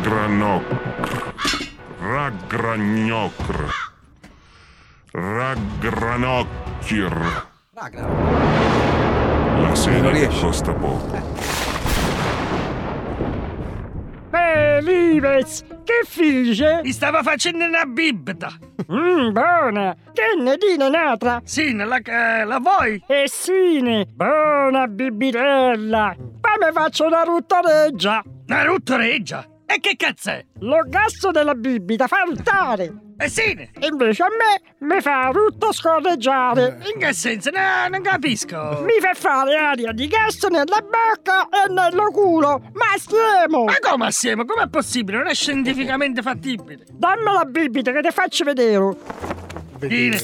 Ragranokr. Ragragnocr. Ragranocchir. Ragnarok. La sera che riesce. costa poco. Eh, Vives, che finge? Mi stava facendo una bibita. Mmm, buona! Che ne dino un'altra? Sì, la, eh, la vuoi? E sine, buona bibirella! Poi mi faccio una ruttareggia! Naruto reggia. E che cazzo è? Lo gasto della bibita fa ruttare! E sì, Invece a me mi fa rutto scorreggiare! in che senso? No, non capisco. Mi fa fare aria di gas nella bocca e nello culo! Ma stiamo! Ma come assieme? Com'è possibile? Non è scientificamente fattibile. Dammi la bibita che ti faccio vedere! Dire.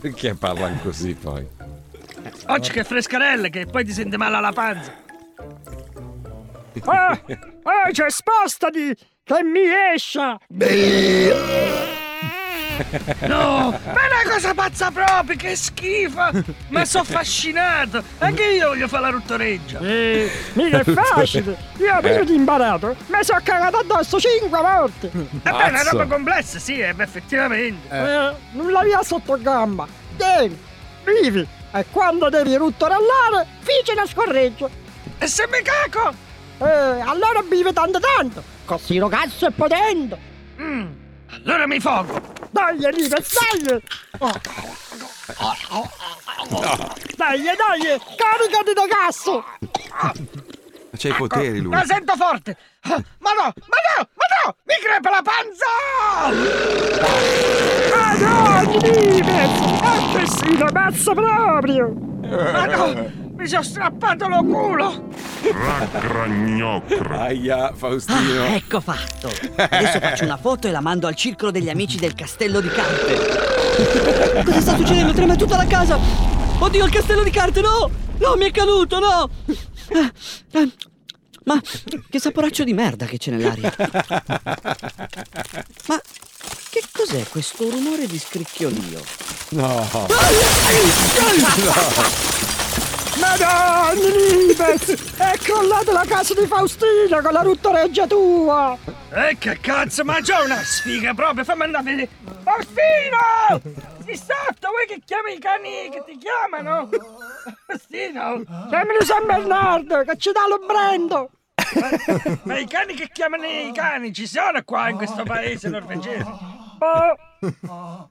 Perché parlano così poi? Oggi che frescarelle che poi ti sente male alla panza. Oh, oh, cioè spostati! Che mi escia! No, ma è una cosa pazza proprio, che schifo. Ma sono affascinato. Anche io voglio fare la ruttoreggia. Eh, mica è facile! Io prima di imparato mi sono cagato addosso cinque volte! È beh, è una Pazzo. roba complessa, sì, eh, beh, effettivamente. Eh, non la via sotto gamba! Devi, vivi! E quando devi ruttorallare, fici la scorreggio! E se mi caco? Eh, allora vivi tanto tanto! Così lo cazzo è potente! Mm, allora mi fogo. Dai, Rive, dai! Dai, dai! Caricati da cazzo! Ma c'ha i poteri lui. La sento forte. Ah, Ma no, ma no, ma no! Mi crepa la panza! Ah no, Rive! È pessino, mazzo proprio! Ma no, mi sono strappato lo culo. Ragragnocr. Aia, Faustino. Ah, ecco fatto. Adesso faccio una foto e la mando al circolo degli amici del castello di carte. Cosa sta succedendo? Trema tutta la casa. Oddio, il castello di carte, no! No, mi è caduto, no! Ah, ah, Ma che saporaccio di merda che c'è nell'aria. Ma che cos'è questo rumore di scricchiolio? No. Madonna, Libes! È crollata la casa di Faustino con la ruttoreggia tua! E Eh, che cazzo, ma c'ho una sfiga proprio, fammi andare a vedere. Orfino! Sti sotto, vuoi che chiami i cani che ti chiamano? Orfino! Chiamalo San Bernardo, che ci dà l'ombrendo! Ma i cani che chiamano i cani ci sono qua in questo paese norvegese? Boh. Oh,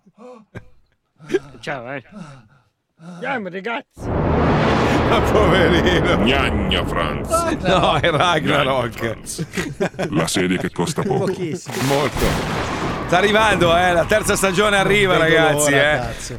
Ciao, eh. Andiamo, ragazzi. Poverino. Gnagna Franz. No, è Ragnarok. La serie che costa poco. Molto. Sta arrivando, eh. La terza stagione arriva, Vedo ragazzi, l'ora, eh. cazzo.